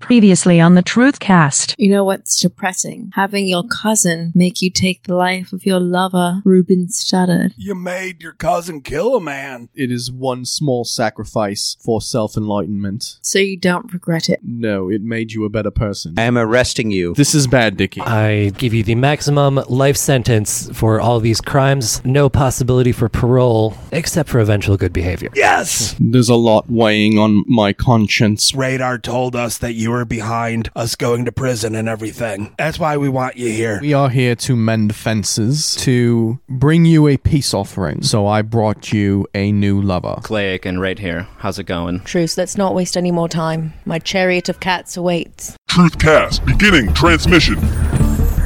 Previously on the Truthcast. You know what's depressing? Having your cousin make you take the life of your lover, Reuben stuttered. You made your cousin kill a man. It is one small sacrifice for self enlightenment. So you don't regret it. No, it made you a better person. I am arresting you. This is bad, Dickie. I give you the maximum life sentence for all these crimes, no possibility for parole, except for eventual good behavior. Yes! There's a lot weighing on my conscience. Radar told us that you were behind us going to prison and everything. That's why we want you here. We are here to mend fences, to bring you a peace offering. So I brought you a new lover. Clay Aiken right here. How's it going? Truce, let's not waste any more time. My chariot of cats awaits. Truthcast, beginning transmission.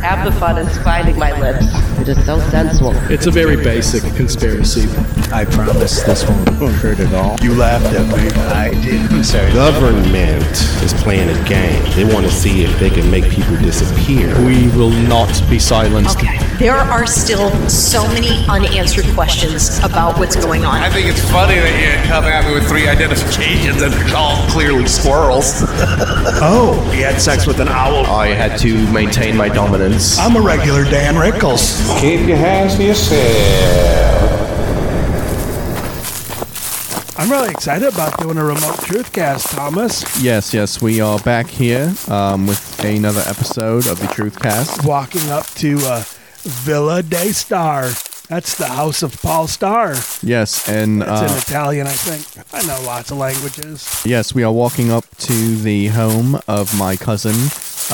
Half the fun is finding my lips. It is so sensual. It's a very basic conspiracy. I promise this won't hurt at all. You laughed at me. I did. I'm sorry. Government is playing a game. They want to see if they can make people disappear. We will not be silenced. Okay. There are still so many unanswered questions about what's going on. I think it's funny that you're coming at me with three identifications and it's all clearly squirrels. oh, he had sex with an owl. I had to maintain my dominance. I'm a regular Dan Rickles. Keep your hands to yourself. I'm really excited about doing a remote Truthcast, Thomas. Yes, yes, we are back here um, with another episode of the Truthcast. Walking up to uh, Villa de Star. That's the house of Paul Star. Yes, and it's Ah. uh, in Italian, I think. I know lots of languages. Yes, we are walking up to the home of my cousin,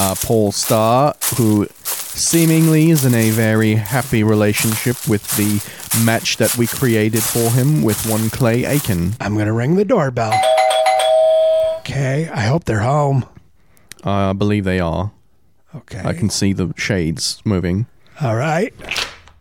uh, Paul Star, who seemingly is in a very happy relationship with the match that we created for him with one Clay Aiken. I'm going to ring the doorbell. Okay, I hope they're home. Uh, I believe they are. Okay. I can see the shades moving. All right.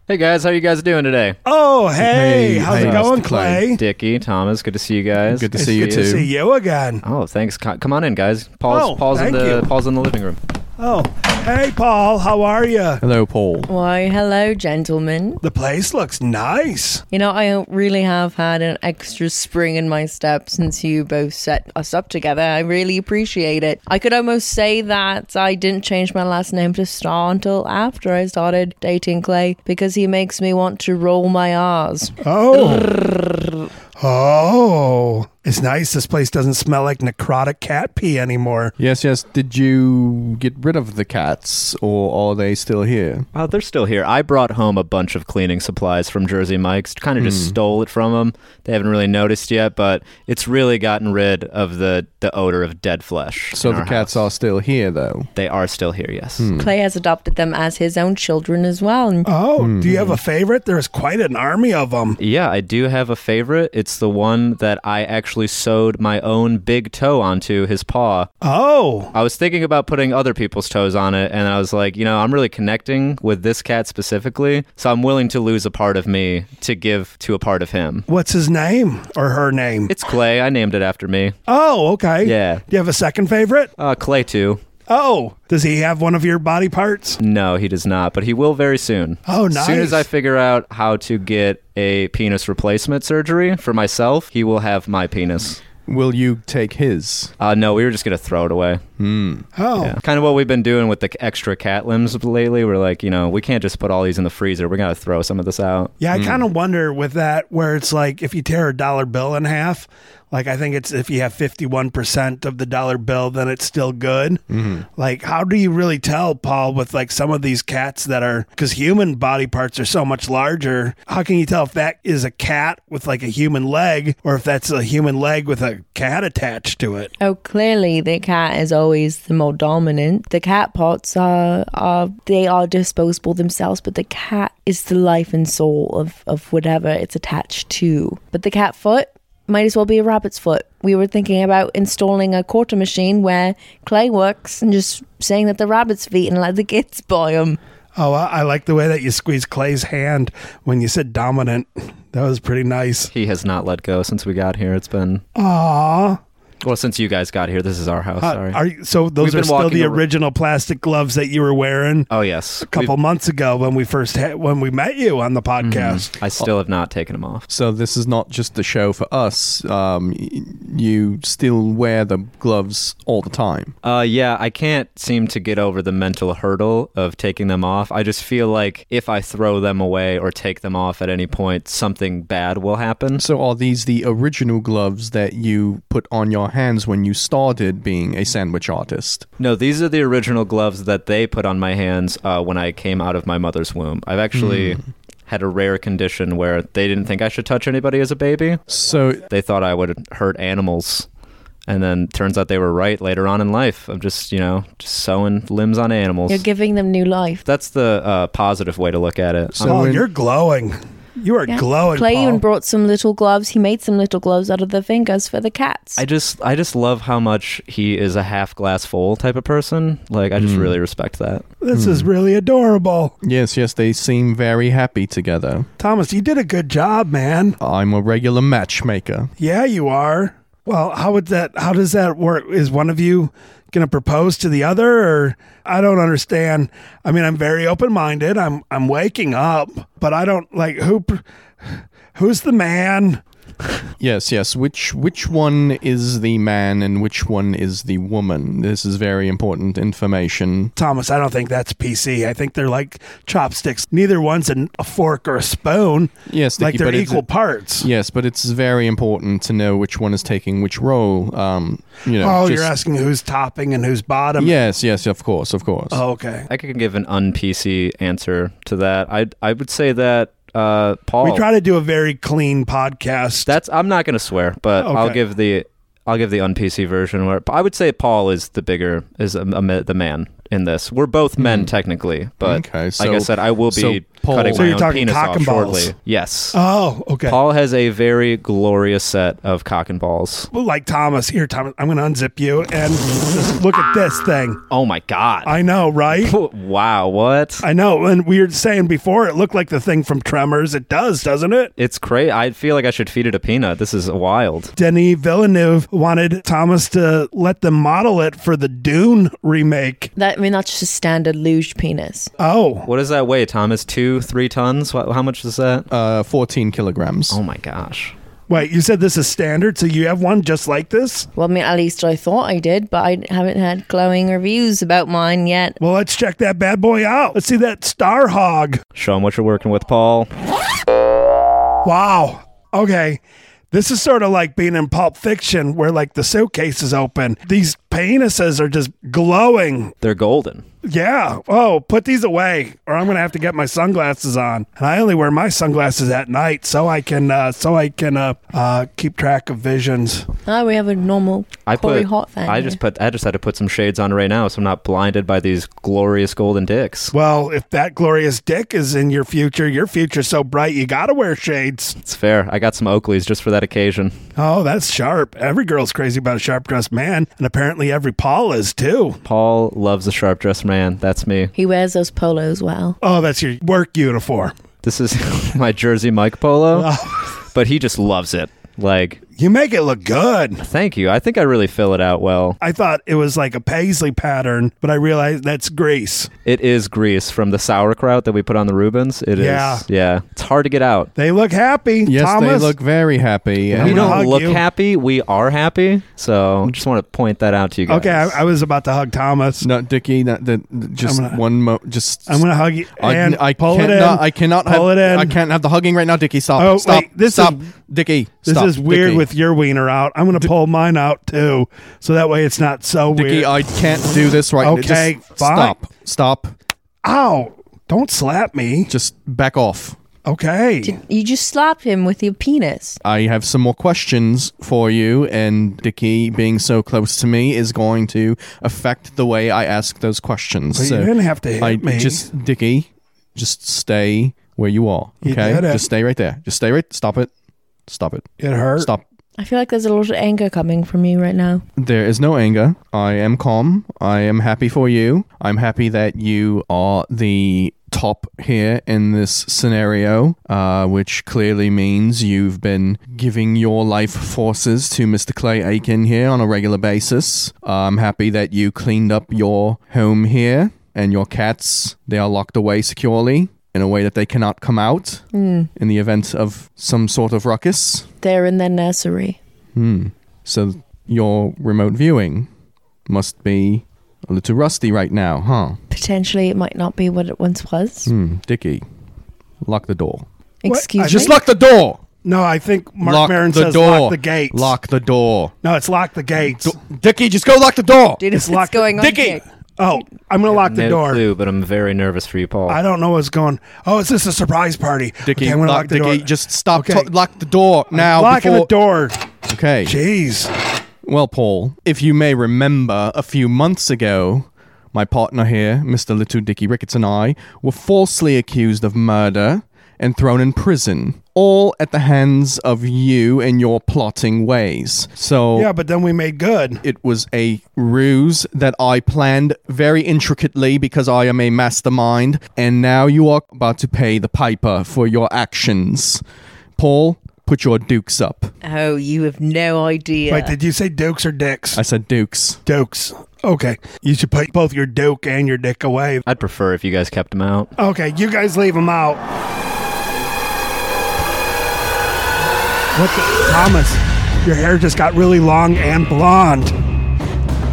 Hey guys, how you guys doing today? Oh, hey, hey how's hey, it going, Clay? Clay? Dickie, Thomas, good to see you guys. Good to it's see you good too. to see you again. Oh, thanks. Come on in, guys. Paul's, oh, Paul's in the you. Paul's in the living room. Oh, hey, Paul, how are you? Hello, Paul. Why, hello, gentlemen. The place looks nice. You know, I really have had an extra spring in my step since you both set us up together. I really appreciate it. I could almost say that I didn't change my last name to Star until after I started dating Clay because he makes me want to roll my R's. Oh. oh. It's nice. This place doesn't smell like necrotic cat pee anymore. Yes, yes. Did you get rid of the cats, or are they still here? Uh, they're still here. I brought home a bunch of cleaning supplies from Jersey Mike's. Kind of mm. Hmm. just stole it from them. They haven't really noticed yet, but it's really gotten rid of the the odor of dead flesh. So the cats Hmm. house. are still here, though. They are still here. Yes. Mm. Clay has adopted them as his own children as well. Oh, mm. do you have a favorite? There's quite an army of them. Yeah, I do have a favorite. It's the one that I actually actually sewed my own big toe onto his paw. Oh. I was thinking about putting other people's toes on it, and I was like, you know, I'm really connecting with this cat specifically, so I'm willing to lose a part of me to give to a part of him. What's his name or her name? It's Clay. I named it after me. Oh, okay. Yeah. Do you have a second favorite? Uh, Clay, too. Oh, does he have one of your body parts? No, he does not, but he will very soon. Oh, nice. As soon as I figure out how to get a penis replacement surgery for myself, he will have my penis. Will you take his? Uh, no, we were just going to throw it away. Mm. Oh. Kind of what we've been doing with the extra cat limbs lately. We're like, you know, we can't just put all these in the freezer. We got to throw some of this out. Yeah, I kind of wonder with that where it's like if you tear a dollar bill in half, like I think it's if you have 51% of the dollar bill, then it's still good. Mhm. Like, how do you really tell, Paul, with like some of these cats that are because human body parts are so much larger? How can you tell if that is a cat with like a human leg or if that's a human leg with a cat attached to it? Oh, clearly the cat is always the more dominant. The cat pots are, are they are disposable themselves, but the cat is the life and soul of, of whatever it's attached to. But the cat foot might as well be a rabbit's foot. We were thinking about installing a quarter machine where clay works and just saying that the rabbit's feet and let the kids buy them. Oh, I, I like the way that you squeeze Clay's hand when you said dominant. That was pretty nice. He has not let go since we got here. It's been, Aww. well, since you guys got here. This is our house. Uh, Sorry. Are you, so We've those been are still walking the ar- original plastic gloves that you were wearing Oh, yes. a couple months ago when we first had, when we met you on the Mm-hmm. podcast. I still have not taken them off. So this is not just a show for us. Um, y- you still wear the gloves all the time. Uh, yeah, I can't seem to get over the mental hurdle of taking them off. I just feel like if I throw them away or take them off at any point, something bad will happen. So are these the original gloves that you put on your hands when you started being a sandwich artist? No, these are the original gloves that they put on my hands uh, when I came out of my mother's womb. I've actually Hmm. had a rare condition where they didn't think I should touch anybody as a baby. So they thought I would hurt animals. And then turns out they were right later on in life. I'm just, you know, just sewing limbs on animals. You're giving them new life. That's the uh, positive way to look at it. Um, So oh, you're glowing. You are Yeah. glowing. Clay Paul. even brought some little gloves. He made some little gloves out of the fingers for the cats. I just I just love how much he is a half glass full type of person. Like I just Mm. really respect that. this Hmm. is really adorable. Yes, yes, they seem very happy together. Thomas, you did a good job, man. I'm a regular matchmaker. Yeah, you are. Well, how would that how does that work? Is one of you going to propose to the other or I don't understand. I mean, I'm very open-minded. I'm I'm waking up, but I don't like who pr- who's the man? Yes, yes. Which which one is the man and which one is the woman? This is very important information. Thomas, I don't think that's PC. I think they're like chopsticks. Neither one's an, a fork or a spoon. Yes, like Nikki, they're but it's- equal parts. Yes, but it's very important to know which one is taking which role. Um, you know. oh, just- you're asking who's topping and who's bottom. Yes, yes, of course, of course. Oh, okay. I could give an un PC answer to that. I I would say that uh, Paul. We try to do a very clean podcast. that's I'm not going to swear, but Oh, Okay. I'll give the I'll give the un PC version where I would say Paul is the bigger is a, a ma- the man in this. We're both men technically, but Hmm. Okay, like so- I said, I will be so Paul- cutting So my you're own talking penis cock off and balls. shortly. Yes. Oh, okay. Paul has a very glorious set of cock and balls. Well, like Thomas, here, Thomas, I'm going to unzip you and just look at this thing. Oh my god. I know, right? wow, what? I know. And we were saying before, it looked like the thing from Tremors. It does, doesn't it? It's crazy. I feel like I should feed it a peanut. This is wild. Denis Villeneuve wanted Thomas to let them model it for the Dune remake. That I mean, that's just a standard luge penis. Oh, What does that weigh, Thomas? Two, three tons? Wha- How much is that? Uh, 14 kilograms. Oh my gosh. wait, you said this is standard, so you have one just like this? Well, I mean, at least I thought I did, but I haven't had glowing reviews about mine yet. Well, let's check that bad boy out. Let's see that Star Hog. Show him what you're working with, Paul. Wow. Okay. This is sort of like being in Pulp Fiction where like the suitcase is open. These penises are just glowing. They're golden. Yeah. Oh, put these away or I'm going to have to get my sunglasses on. And I only wear my sunglasses at night so I can uh so I can uh, uh keep track of visions. Oh, we have a normal I Corey put. Hot fan. I just put. I just had to put some shades on right now, so I'm not blinded by these glorious golden dicks. Well, if that glorious dick is in your future, your future's so bright you got to wear shades. It's fair. I got some Oakleys just for that occasion. Oh, that's sharp. Every girl's crazy about a sharp-dressed man, and apparently every Paul is too. Paul loves a sharp dressed man. That's me. He wears those polos well. Oh, that's your work uniform. Ah. Oh, This is my Jersey Mike polo, but he just loves it. Like You make it look good. Thank you. I think I really fill it out well. I thought it was like a paisley pattern, but I realized that's grease. It is grease from the sauerkraut that we put on the Rubens. It is. Yeah. yeah. It's hard to get out. They look happy. Yes, Thomas. they look very happy. we and- don't look happy. We are happy. So just want to point that out to you guys. Okay, I, I was about to hug Thomas. No, Dickie. Not the, the- just I'm gonna- one mo. Just I'm gonna hug you I, and I pull it in. cannot. I cannot Pull have. it in. I can't have the hugging right now, Dickie. Stop. Oh, stop. wait, this stop, is- Dickie. This stop, is weird Dickie. with your wiener out. I'm going to pull mine out too, so that way it's not so Dickie. weird. I can't do this right now. Okay, Just fine. Stop. Stop. Ow! Don't slap me. Just back off. Okay. You just slapped him with your penis. I have some more questions for you, and Dickie being so close to me is going to affect the way I ask those questions. But you so didn't have to hit I me. just Dickie, just stay where you are. You okay, did it. just stay right there. Just stay right. Stop it. Stop it. It hurt. Stop. I feel like there's a lot of anger coming from you right now. There is no anger. I am calm. I am happy for you. I'm happy that you are the top here in this scenario, uh, which clearly means you've been giving your life forces to Mr. Clay Aiken here on a regular basis. I'm happy that you cleaned up your home here and your cats. They are locked away securely in a way that they cannot come out Hmm. in the event of some sort of ruckus. They're in their nursery. Hmm. So your remote viewing must be a little rusty right now, huh? Potentially, it might not be what it once was. Hmm. Dickie, lock the door. What? Excuse I- me. Just lock the door. No, I think Mark lock Maron the says door. lock the gates. Lock the door. No, it's lock the gates. Dickie, just go lock the door. Dude, It's what's locked- going on? Dickie! here? Oh, I'm going to lock the no door. clue, but I'm very nervous for you, Paul. I don't know what's going. Oh, is this a surprise party? Dickie, okay, I'm lock, going to lock the Dickie. door. Just stop. Okay. to- lock the door now. Locking before- the door. Okay. Jeez. Well, Paul, if you may remember, a few months ago, my partner here, Mr. Little Dicky Ricketts, and I were falsely accused of murder and thrown in prison, all at the hands of you and your plotting ways. So Yeah, but then we made good. it was a ruse that I planned very intricately because I am a mastermind, and now you are about to pay the piper for your actions. Paul, put your dukes up. Oh, you have no idea. Wait, did you say dukes or dicks? I said dukes. Dukes. Okay. You should put both your duke and your dick away. I'd prefer if you guys kept him out. Okay, you guys leave them out. What the? Thomas, your hair just got really long and blonde.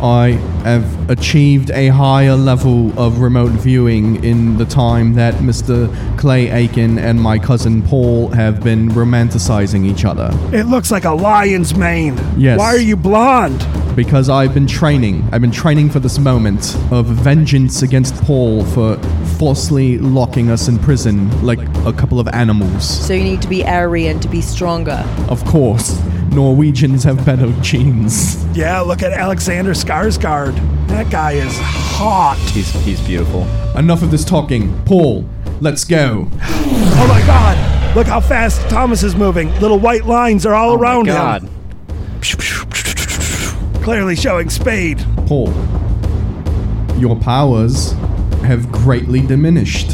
I have achieved a higher level of remote viewing in the time that Mr. Clay Aiken and my cousin Paul have been romanticizing each other. It looks like a lion's mane. Yes. Why are you blonde? Because I've been training. I've been training for this moment of vengeance against Paul for falsely locking us in prison like a couple of animals. so you need to be Aryan to be stronger. Of course, Norwegians have better genes. Yeah, look at Alexander Skarsgård. That guy is hot. He's he's beautiful. Enough of this talking. Paul, let's go. Oh my God! Look how fast Thomas is moving. Little white lines are all Oh my around God. him, clearly showing speed. Paul, your powers have greatly diminished.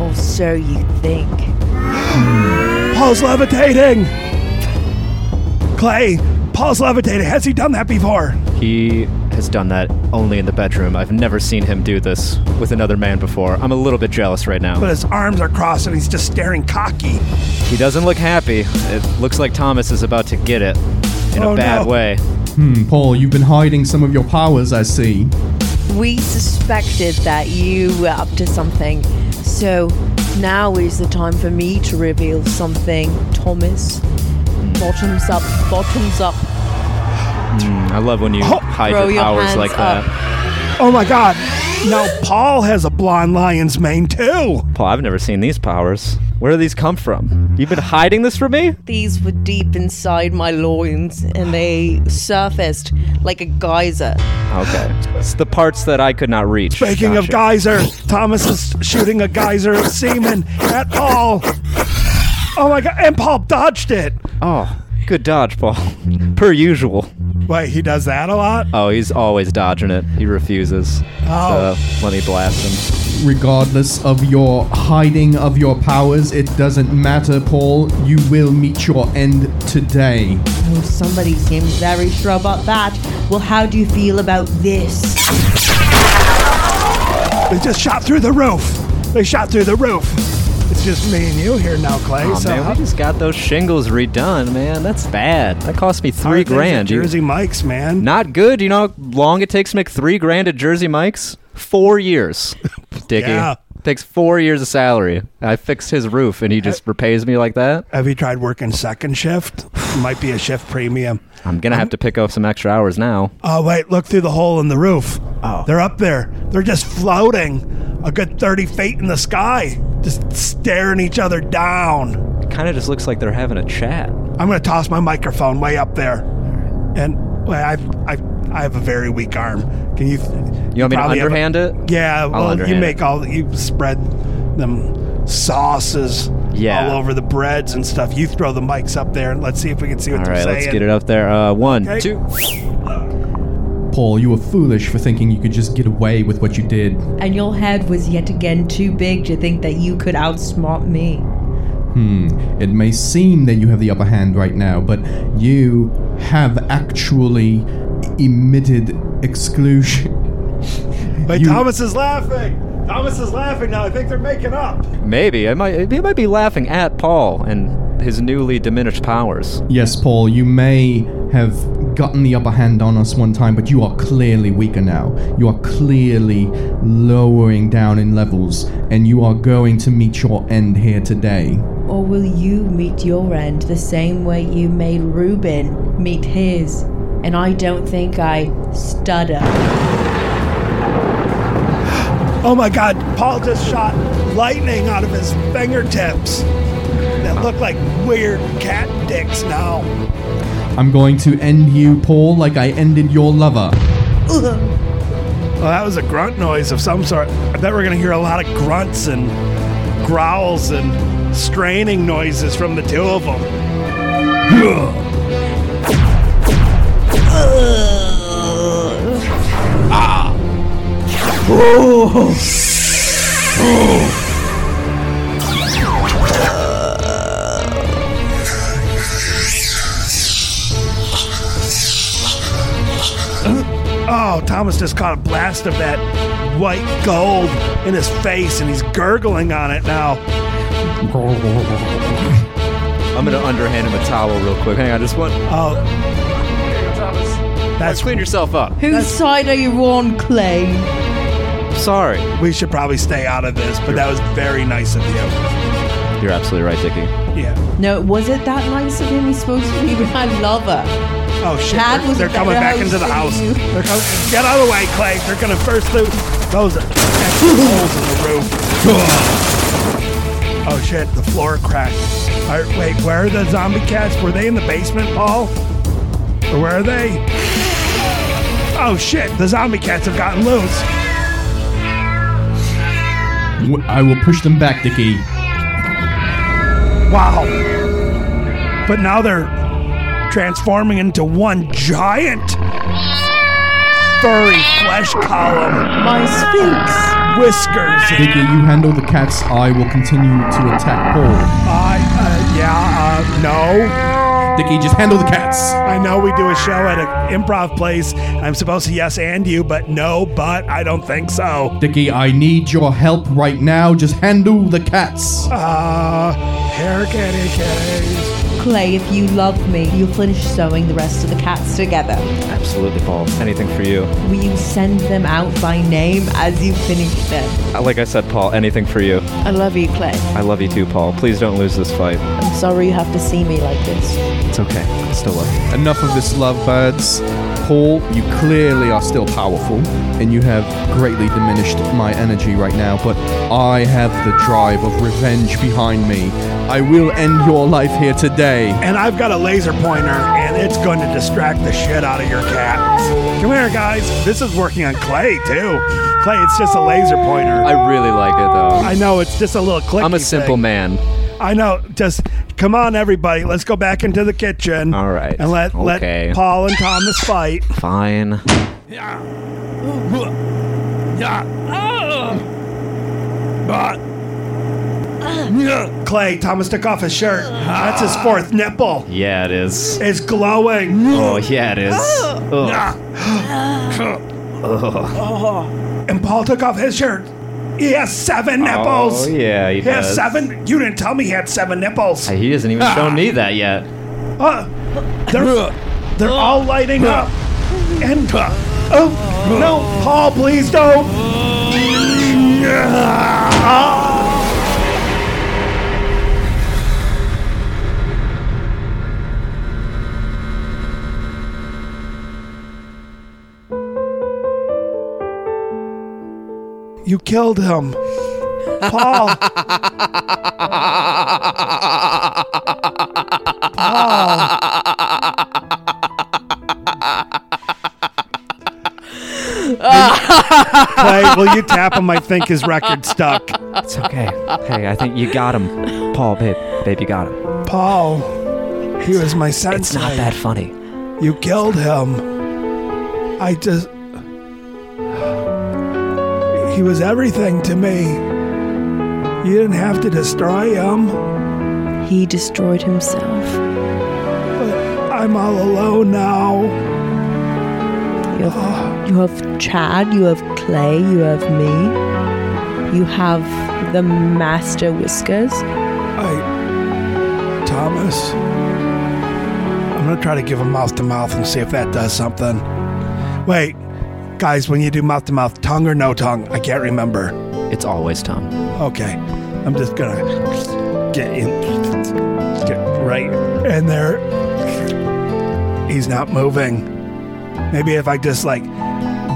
Or so you think. Paul's levitating. Clay, Paul's levitating. Has he done that before? He has done that only in the bedroom. I've never seen him do this with another man before. I'm a little bit jealous right now. But his arms are crossed and he's just staring cocky. He doesn't look happy. It looks like Thomas is about to get it in Oh, a bad no. way. Hmm, Paul, you've been hiding some of your powers, I see. We suspected that you were up to something. So now is the time for me to reveal something, Thomas. Bottoms up, bottoms up. I love when you hide Throw your your powers hands like up. that. Oh my God! Now Paul has a blonde lion's mane too. Paul, I've never seen these powers. Where do these come from? You've been hiding this from me? These were deep inside my loins and they surfaced like a geyser. Okay. It's the parts that I could not reach. Speaking of Gotcha. geyser, Thomas is shooting a geyser of semen at Paul. Oh my God! And Paul dodged it. Oh, good dodge, Paul. per usual. Wait, he does that a lot? Oh, he's always dodging it. He refuses. Oh. So let me blast him. Regardless of your hiding of your powers, it doesn't matter, Paul. You will meet your end today. Oh, somebody seems very sure about that. Well, how do you feel about this? They just shot through the roof. They shot through the roof. It's just me and you here now, Clay. Oh, so man, we just got those shingles redone, man. That's bad. That cost me three grand. You- Jersey Mike's, man. Not good. You know how long it takes to make three grand at Jersey Mike's? Four years, Dickie. Yeah. Takes four years of salary. I fixed his roof, and he just repays me like that. Have you tried working second shift? Might be a shift premium. I'm gonna have to pick up some extra hours now. Oh wait, look through the hole in the roof. Oh. They're up there. They're just floating a good 30 feet in the sky, just staring each other down. It kind of just looks like they're having a chat. I'm going to toss my microphone way up there. And well, I've, I've, I have a very weak arm. Can you? You want me to probably have a- underhand it? Yeah, well, you underhand make it. all you spread them sauces Yeah. all over the breads and stuff. You throw the mics up there and let's see if we can see what All they're right, saying. let's get it up there. Uh, one, Okay. two. Paul, you were foolish for thinking you could just get away with what you did. And your head was yet again too big to think that you could outsmart me. Hmm, it may seem that you have the upper hand right now, but you have actually emitted exclusion. Wait, You- Thomas is laughing. Thomas is laughing now. I think they're making up. Maybe I might. He might be laughing at Paul and his newly diminished powers. Yes, Paul, you may have gotten the upper hand on us one time, but you are clearly weaker now. You are clearly lowering down in levels, and you are going to meet your end here today. Or will you meet your end the same way you made Reuben meet his? And I don't think I stutter. Oh my God! Paul just shot lightning out of his fingertips. That look like weird cat dicks now. I'm going to end you, Paul, like I ended your lover. Well, that was a grunt noise of some sort. I bet we're gonna hear a lot of grunts and growls and straining noises from the two of them. Oh, Thomas just caught a blast of that white gold in his face, and he's gurgling on it now. I'm gonna underhand him a towel real quick. Hang on, just one. Oh. That's clean yourself up. Whose side are you on, Clay? Sorry. We should probably stay out of this, but that was very nice of you. You're absolutely right, Dickie. Yeah. No, was it that nice of him? He's supposed to be my lover. Oh shit! That they're was they're a coming better back into the house house. than you. They're coming. Get out of the way, Clay. They're gonna first through those extra holes in the roof. Oh shit! The floor cracked. All right, wait, where are the zombie cats? Were they in the basement, Paul? Or where are they? Oh shit! The zombie cats have gotten loose. W- I will push them back, Dickie. Wow. But now they're transforming into one giant furry flesh column. My sphinx. Whiskers. Dickie, you handle the cats. I will continue to attack Paul. I, uh, yeah, uh, no. Dickie, just handle the cats. I know we do a show at an improv place. I'm supposed to yes and you, but no, but I don't think so. Dickie, I need your help right now. Just handle the cats. Uh, hair kitty kitties. Clay, if you love me, you'll finish sewing the rest of the cats together. Absolutely, Paul. Anything for you. Will you send them out by name as you finish them? Uh, Like I said, Paul. Anything for you. I love you, Clay. I love you too, Paul. Please don't lose this fight. I'm sorry you have to see me like this. It's okay. I still love you. Enough of this love, birds. Paul, you clearly are still powerful, and you have greatly diminished my energy right now, but I have the drive of revenge behind me. I will end your life here today. And I've got a laser pointer, and it's going to distract the shit out of your cats. Come here, guys. This is working on Clay, too. Clay, it's just a laser pointer. I really like it though. I know, it's just a little clicky I'm a simple thing. man. I know. Just come on, everybody. Let's go back into the kitchen. All right. And let Okay. let Paul and Thomas fight. Fine. Clay, Thomas took off his shirt. That's his fourth nipple. Yeah, it is. It's glowing. Oh, yeah, it is. Ugh. Ugh. And Paul took off his shirt. He has seven nipples. Oh, yeah, he has does. seven. You didn't tell me he had seven nipples. He hasn't even shown me that yet. Uh, they're, they're all lighting up. And uh, oh no, Paul, please don't. You killed him. Paul. Clay, will you tap him? I think his record's stuck. It's okay. Hey, I think you got him. Paul, babe. Babe, you got him. Paul, he was my sensei. It's not that funny. You killed him. I just. He was everything to me. You didn't have to destroy him. He destroyed himself. I'm all alone now. You have, you have Chad, you have Clay, you have me, you have the Master Whiskers. I. Thomas. I'm gonna try to give him mouth to mouth and see if that does something. Wait, guys, when you do mouth to mouth, tongue or no tongue? I can't remember. It's always tongue. Okay, I'm just gonna get in, get right in there. He's not moving. Maybe if I just like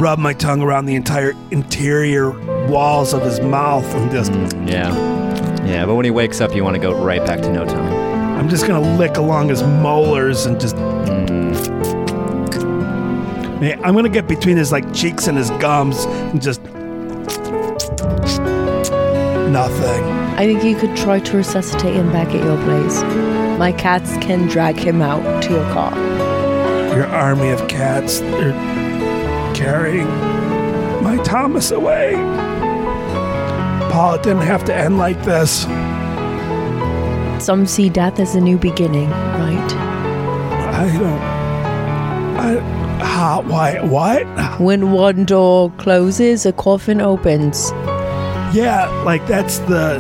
rub my tongue around the entire interior walls of his mouth and just. Yeah. Yeah, but when he wakes up, you want to go right back to no time. I'm just gonna lick along his molars and just. Man, I'm gonna get between his like cheeks and his gums and just. Nothing. I think you could try to resuscitate him back at your place. My cats can drag him out to your car. Your army of cats, they're carrying my Thomas away. Paul, it didn't have to end like this. Some see death as a new beginning, right? I don't. I. How? Why? What? When one door closes, a coffin opens. Yeah, like that's the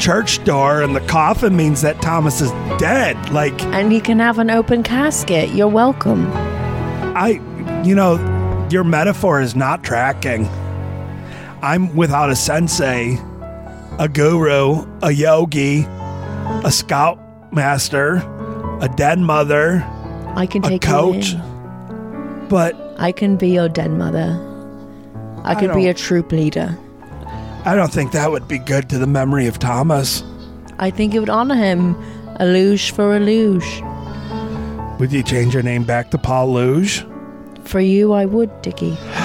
church door, and the coffin means that Thomas is dead. Like, And you can have an open casket. You're welcome. I, you know, your metaphor is not tracking. I'm without a sensei, a guru, a yogi, a scout master, a dead mother, I can A take couch? you in. but I can be your den mother. I I could be don't- a troop leader. I don't think that would be good to the memory of Thomas. I think it would honor him. A luge for a luge. Would you change your name back to Paul Luge? For you, I would, Dickie.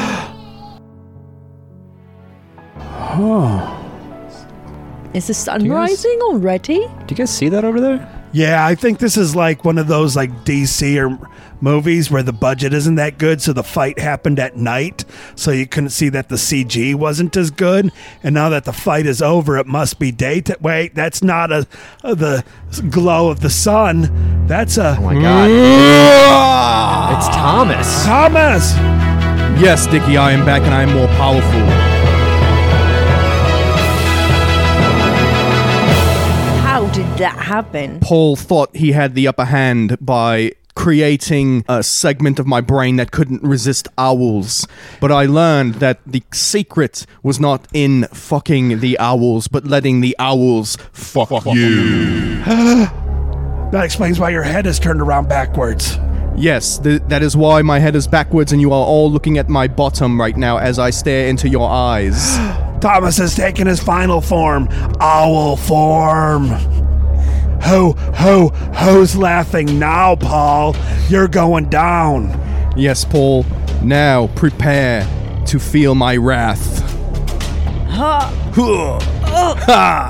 Oh. Is the sun rising already? Do you guys see that over there? Yeah, I think this is like one of those like DC or movies where the budget isn't that good, so the fight happened at night, so you couldn't see that the CG wasn't as good. And now that the fight is over, it must be daytime. Wait, that's not a, uh, the glow of the sun. That's a oh my god, it's Thomas. Thomas. Yes, Dickie, I am back and I am more powerful. How did that happen? Paul thought he had the upper hand by creating a segment of my brain that couldn't resist owls. But I learned that the secret was not in fucking the owls, but letting the owls fuck, you. That explains why your head is turned around backwards. Yes, th- that is why my head is backwards and you are all looking at my bottom right now as I stare into your eyes. Thomas has taken his final form, owl form. Ho, ho, ho's laughing now, Paul. You're going down. Yes, Paul, now prepare to feel my wrath. Huh. Huh. Huh.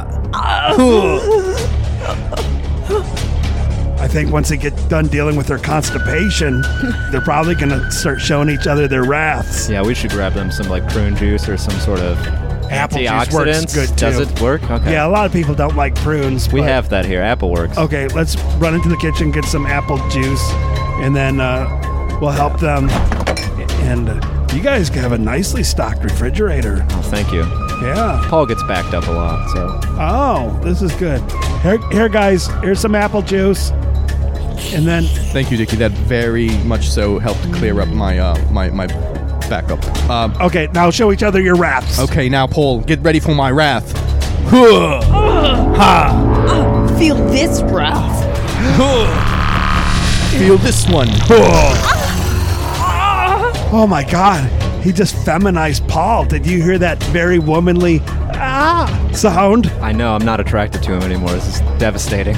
I think once they get done dealing with their constipation, they're probably going to start showing each other their wraths. Yeah, we should grab them some like prune juice or some sort of Apple juice antioxidants. works good too. Does it work? Okay. Yeah, a lot of people don't like prunes. we but- have that here. Apple works. Okay, let's run into the kitchen, get some apple juice, and then uh, we'll help them. And uh, you guys can have a nicely stocked refrigerator. Oh, thank you. Yeah. Paul gets backed up a lot, so Oh, this is good. Here, here guys, here's some apple juice. And then Thank you, Dickie. That very much so helped clear up my uh, my my backup. Um, okay, now show each other your wraps. Okay, now Paul, get ready for my wrath. ha! Feel this wrath. Feel this one. Oh my god, he just feminized Paul. Did you hear that very womanly ah sound? I know I'm not attracted to him anymore. This is devastating.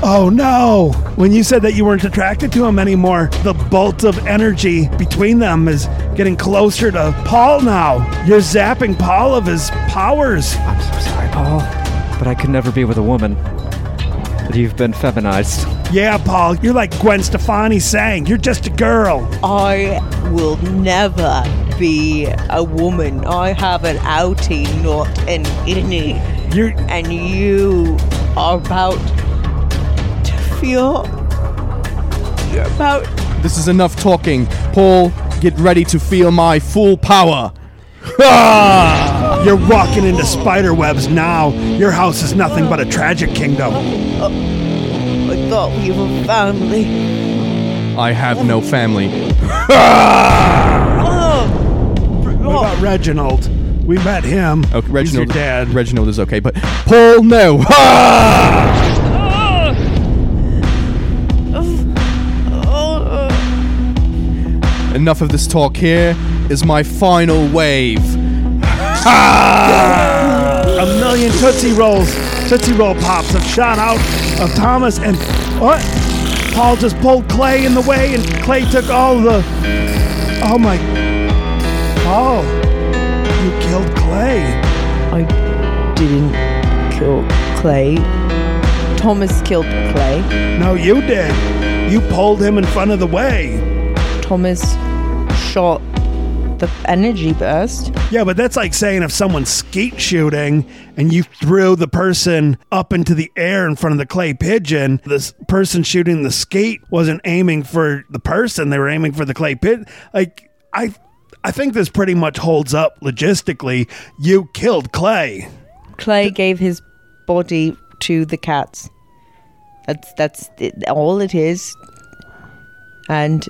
Oh no! When you said that you weren't attracted to him anymore, the bolt of energy between them is getting closer to Paul now. You're zapping Paul of his powers. I'm so sorry, Paul, but I could never be with a woman. But you've been feminized. Yeah, Paul, you're like Gwen Stefani sang. You're just a girl. I will never be a woman. I have an outie, not an innie. You and you are about to feel. You're about. This is enough talking. Paul, get ready to feel my full power. Ah! You're walking into spider webs now. Your house is nothing but a tragic kingdom. I thought we were family. I have no family. What about Reginald? We met him. Okay, Reginald. He's your dad. Reginald is okay, but Paul, no. Enough of this talk. Here is my final wave. A million Tootsie Rolls, Tootsie Roll Pops have shot out of Thomas and. What? Paul just pulled Clay in the way and Clay took all the. Oh my. Paul, you killed Clay. I didn't kill Clay. Thomas killed Clay. No, you did. You pulled him in front of the way. Thomas shot the energy burst. Yeah, but that's like saying if someone's skeet shooting and you threw the person up into the air in front of the clay pigeon, this person shooting the skate wasn't aiming for the person, they were aiming for the clay pit. Like I I think this pretty much holds up logistically. You killed Clay. Clay gave his body to the cats. That's that's it, all it is. And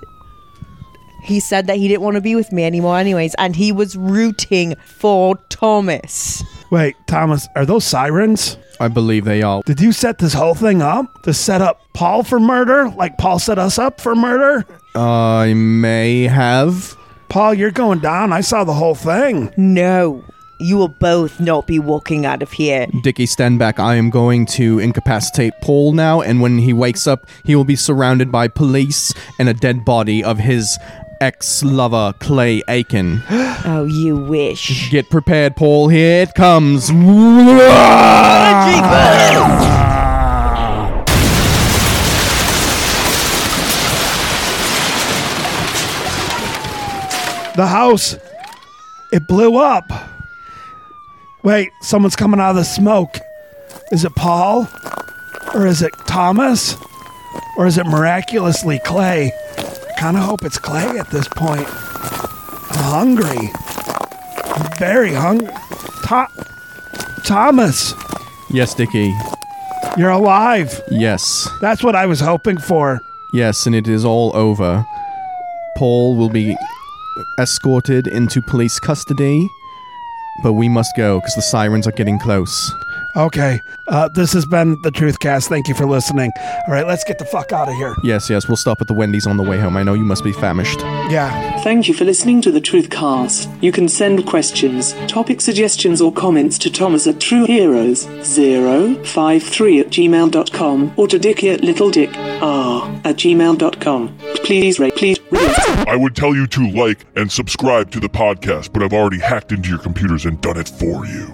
he said that he didn't want to be with me anymore, anyways. And he was rooting for Thomas. Wait, Thomas, are those sirens? I believe they are. Did you set this whole thing up to set up Paul for murder? Like Paul set us up for murder? I may have. Paul, you're going down. I saw the whole thing. No, you will both not be walking out of here. Dickie, stand back. I am going to incapacitate Paul now, and when he wakes up, he will be surrounded by police and a dead body of his ex lover, Clay Aiken. oh, you wish. Get prepared, Paul. Here it comes. Oh. The house, it blew up. Wait, someone's coming out of the smoke. Is it Paul? Or is it Thomas? Or is it miraculously Clay? Kind of hope it's Clay at this point. I'm hungry. I'm very hungry. To- Thomas, Yes, Dickie. you're alive. Yes. That's what I was hoping for. Yes, and it is all over. Paul will be escorted into police custody, but we must go because the sirens are getting close. Okay. Uh, this has been the Truth Cast. Thank you for listening. All right, let's get the fuck out of here. Yes, yes, we'll stop at the Wendy's on the way home. I know you must be famished. Yeah. Thank you for listening to the Truth Cast. You can send questions, topic suggestions, or comments to Thomas at TrueHeroes053 at gmail.com or to Dickie at LittleDickR at gmail.com. Please rate, please rate. I would tell you to like and subscribe to the podcast, but I've already hacked into your computers and done it for you.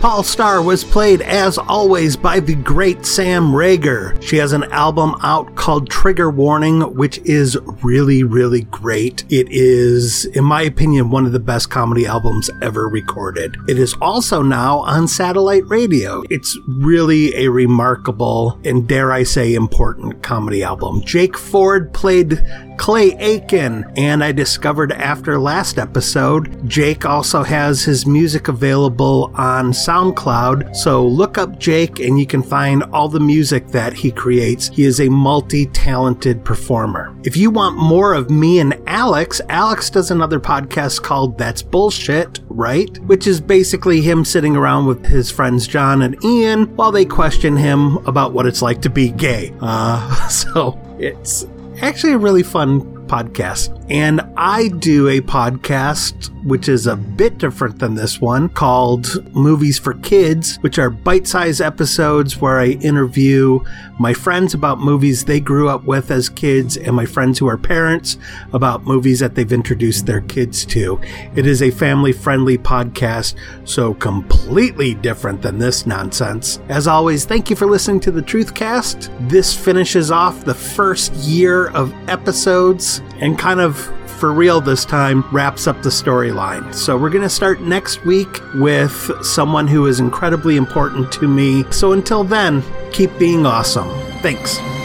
Paul Starr was played, as always, by the great Sam Rager. She has an album out called Trigger Warning, which is really, really great. It is, in my opinion, one of the best comedy albums ever recorded. It is also now on satellite radio. It's really a remarkable and, dare I say, important comedy album. Jake Ford played Clay Aiken, and I discovered after last episode, Jake also has his music available on SoundCloud. So look up Jake and you can find all the music that he creates. He is a multi talented performer. If you want more of me and Alex, Alex does another podcast called That's Bullshit, right? Which is basically him sitting around with his friends John and Ian while they question him about what it's like to be gay. Uh, so it's actually a really fun podcast. And I do a podcast which is a bit different than this one called Movies for Kids, which are bite sized episodes where I interview my friends about movies they grew up with as kids and my friends who are parents about movies that they've introduced their kids to. It is a family friendly podcast, so completely different than this nonsense. As always, thank you for listening to the Truthcast. This finishes off the first year of episodes and kind of for real this time wraps up the storyline. So we're going to start next week with someone who is incredibly important to me. So until then, keep being awesome. Thanks.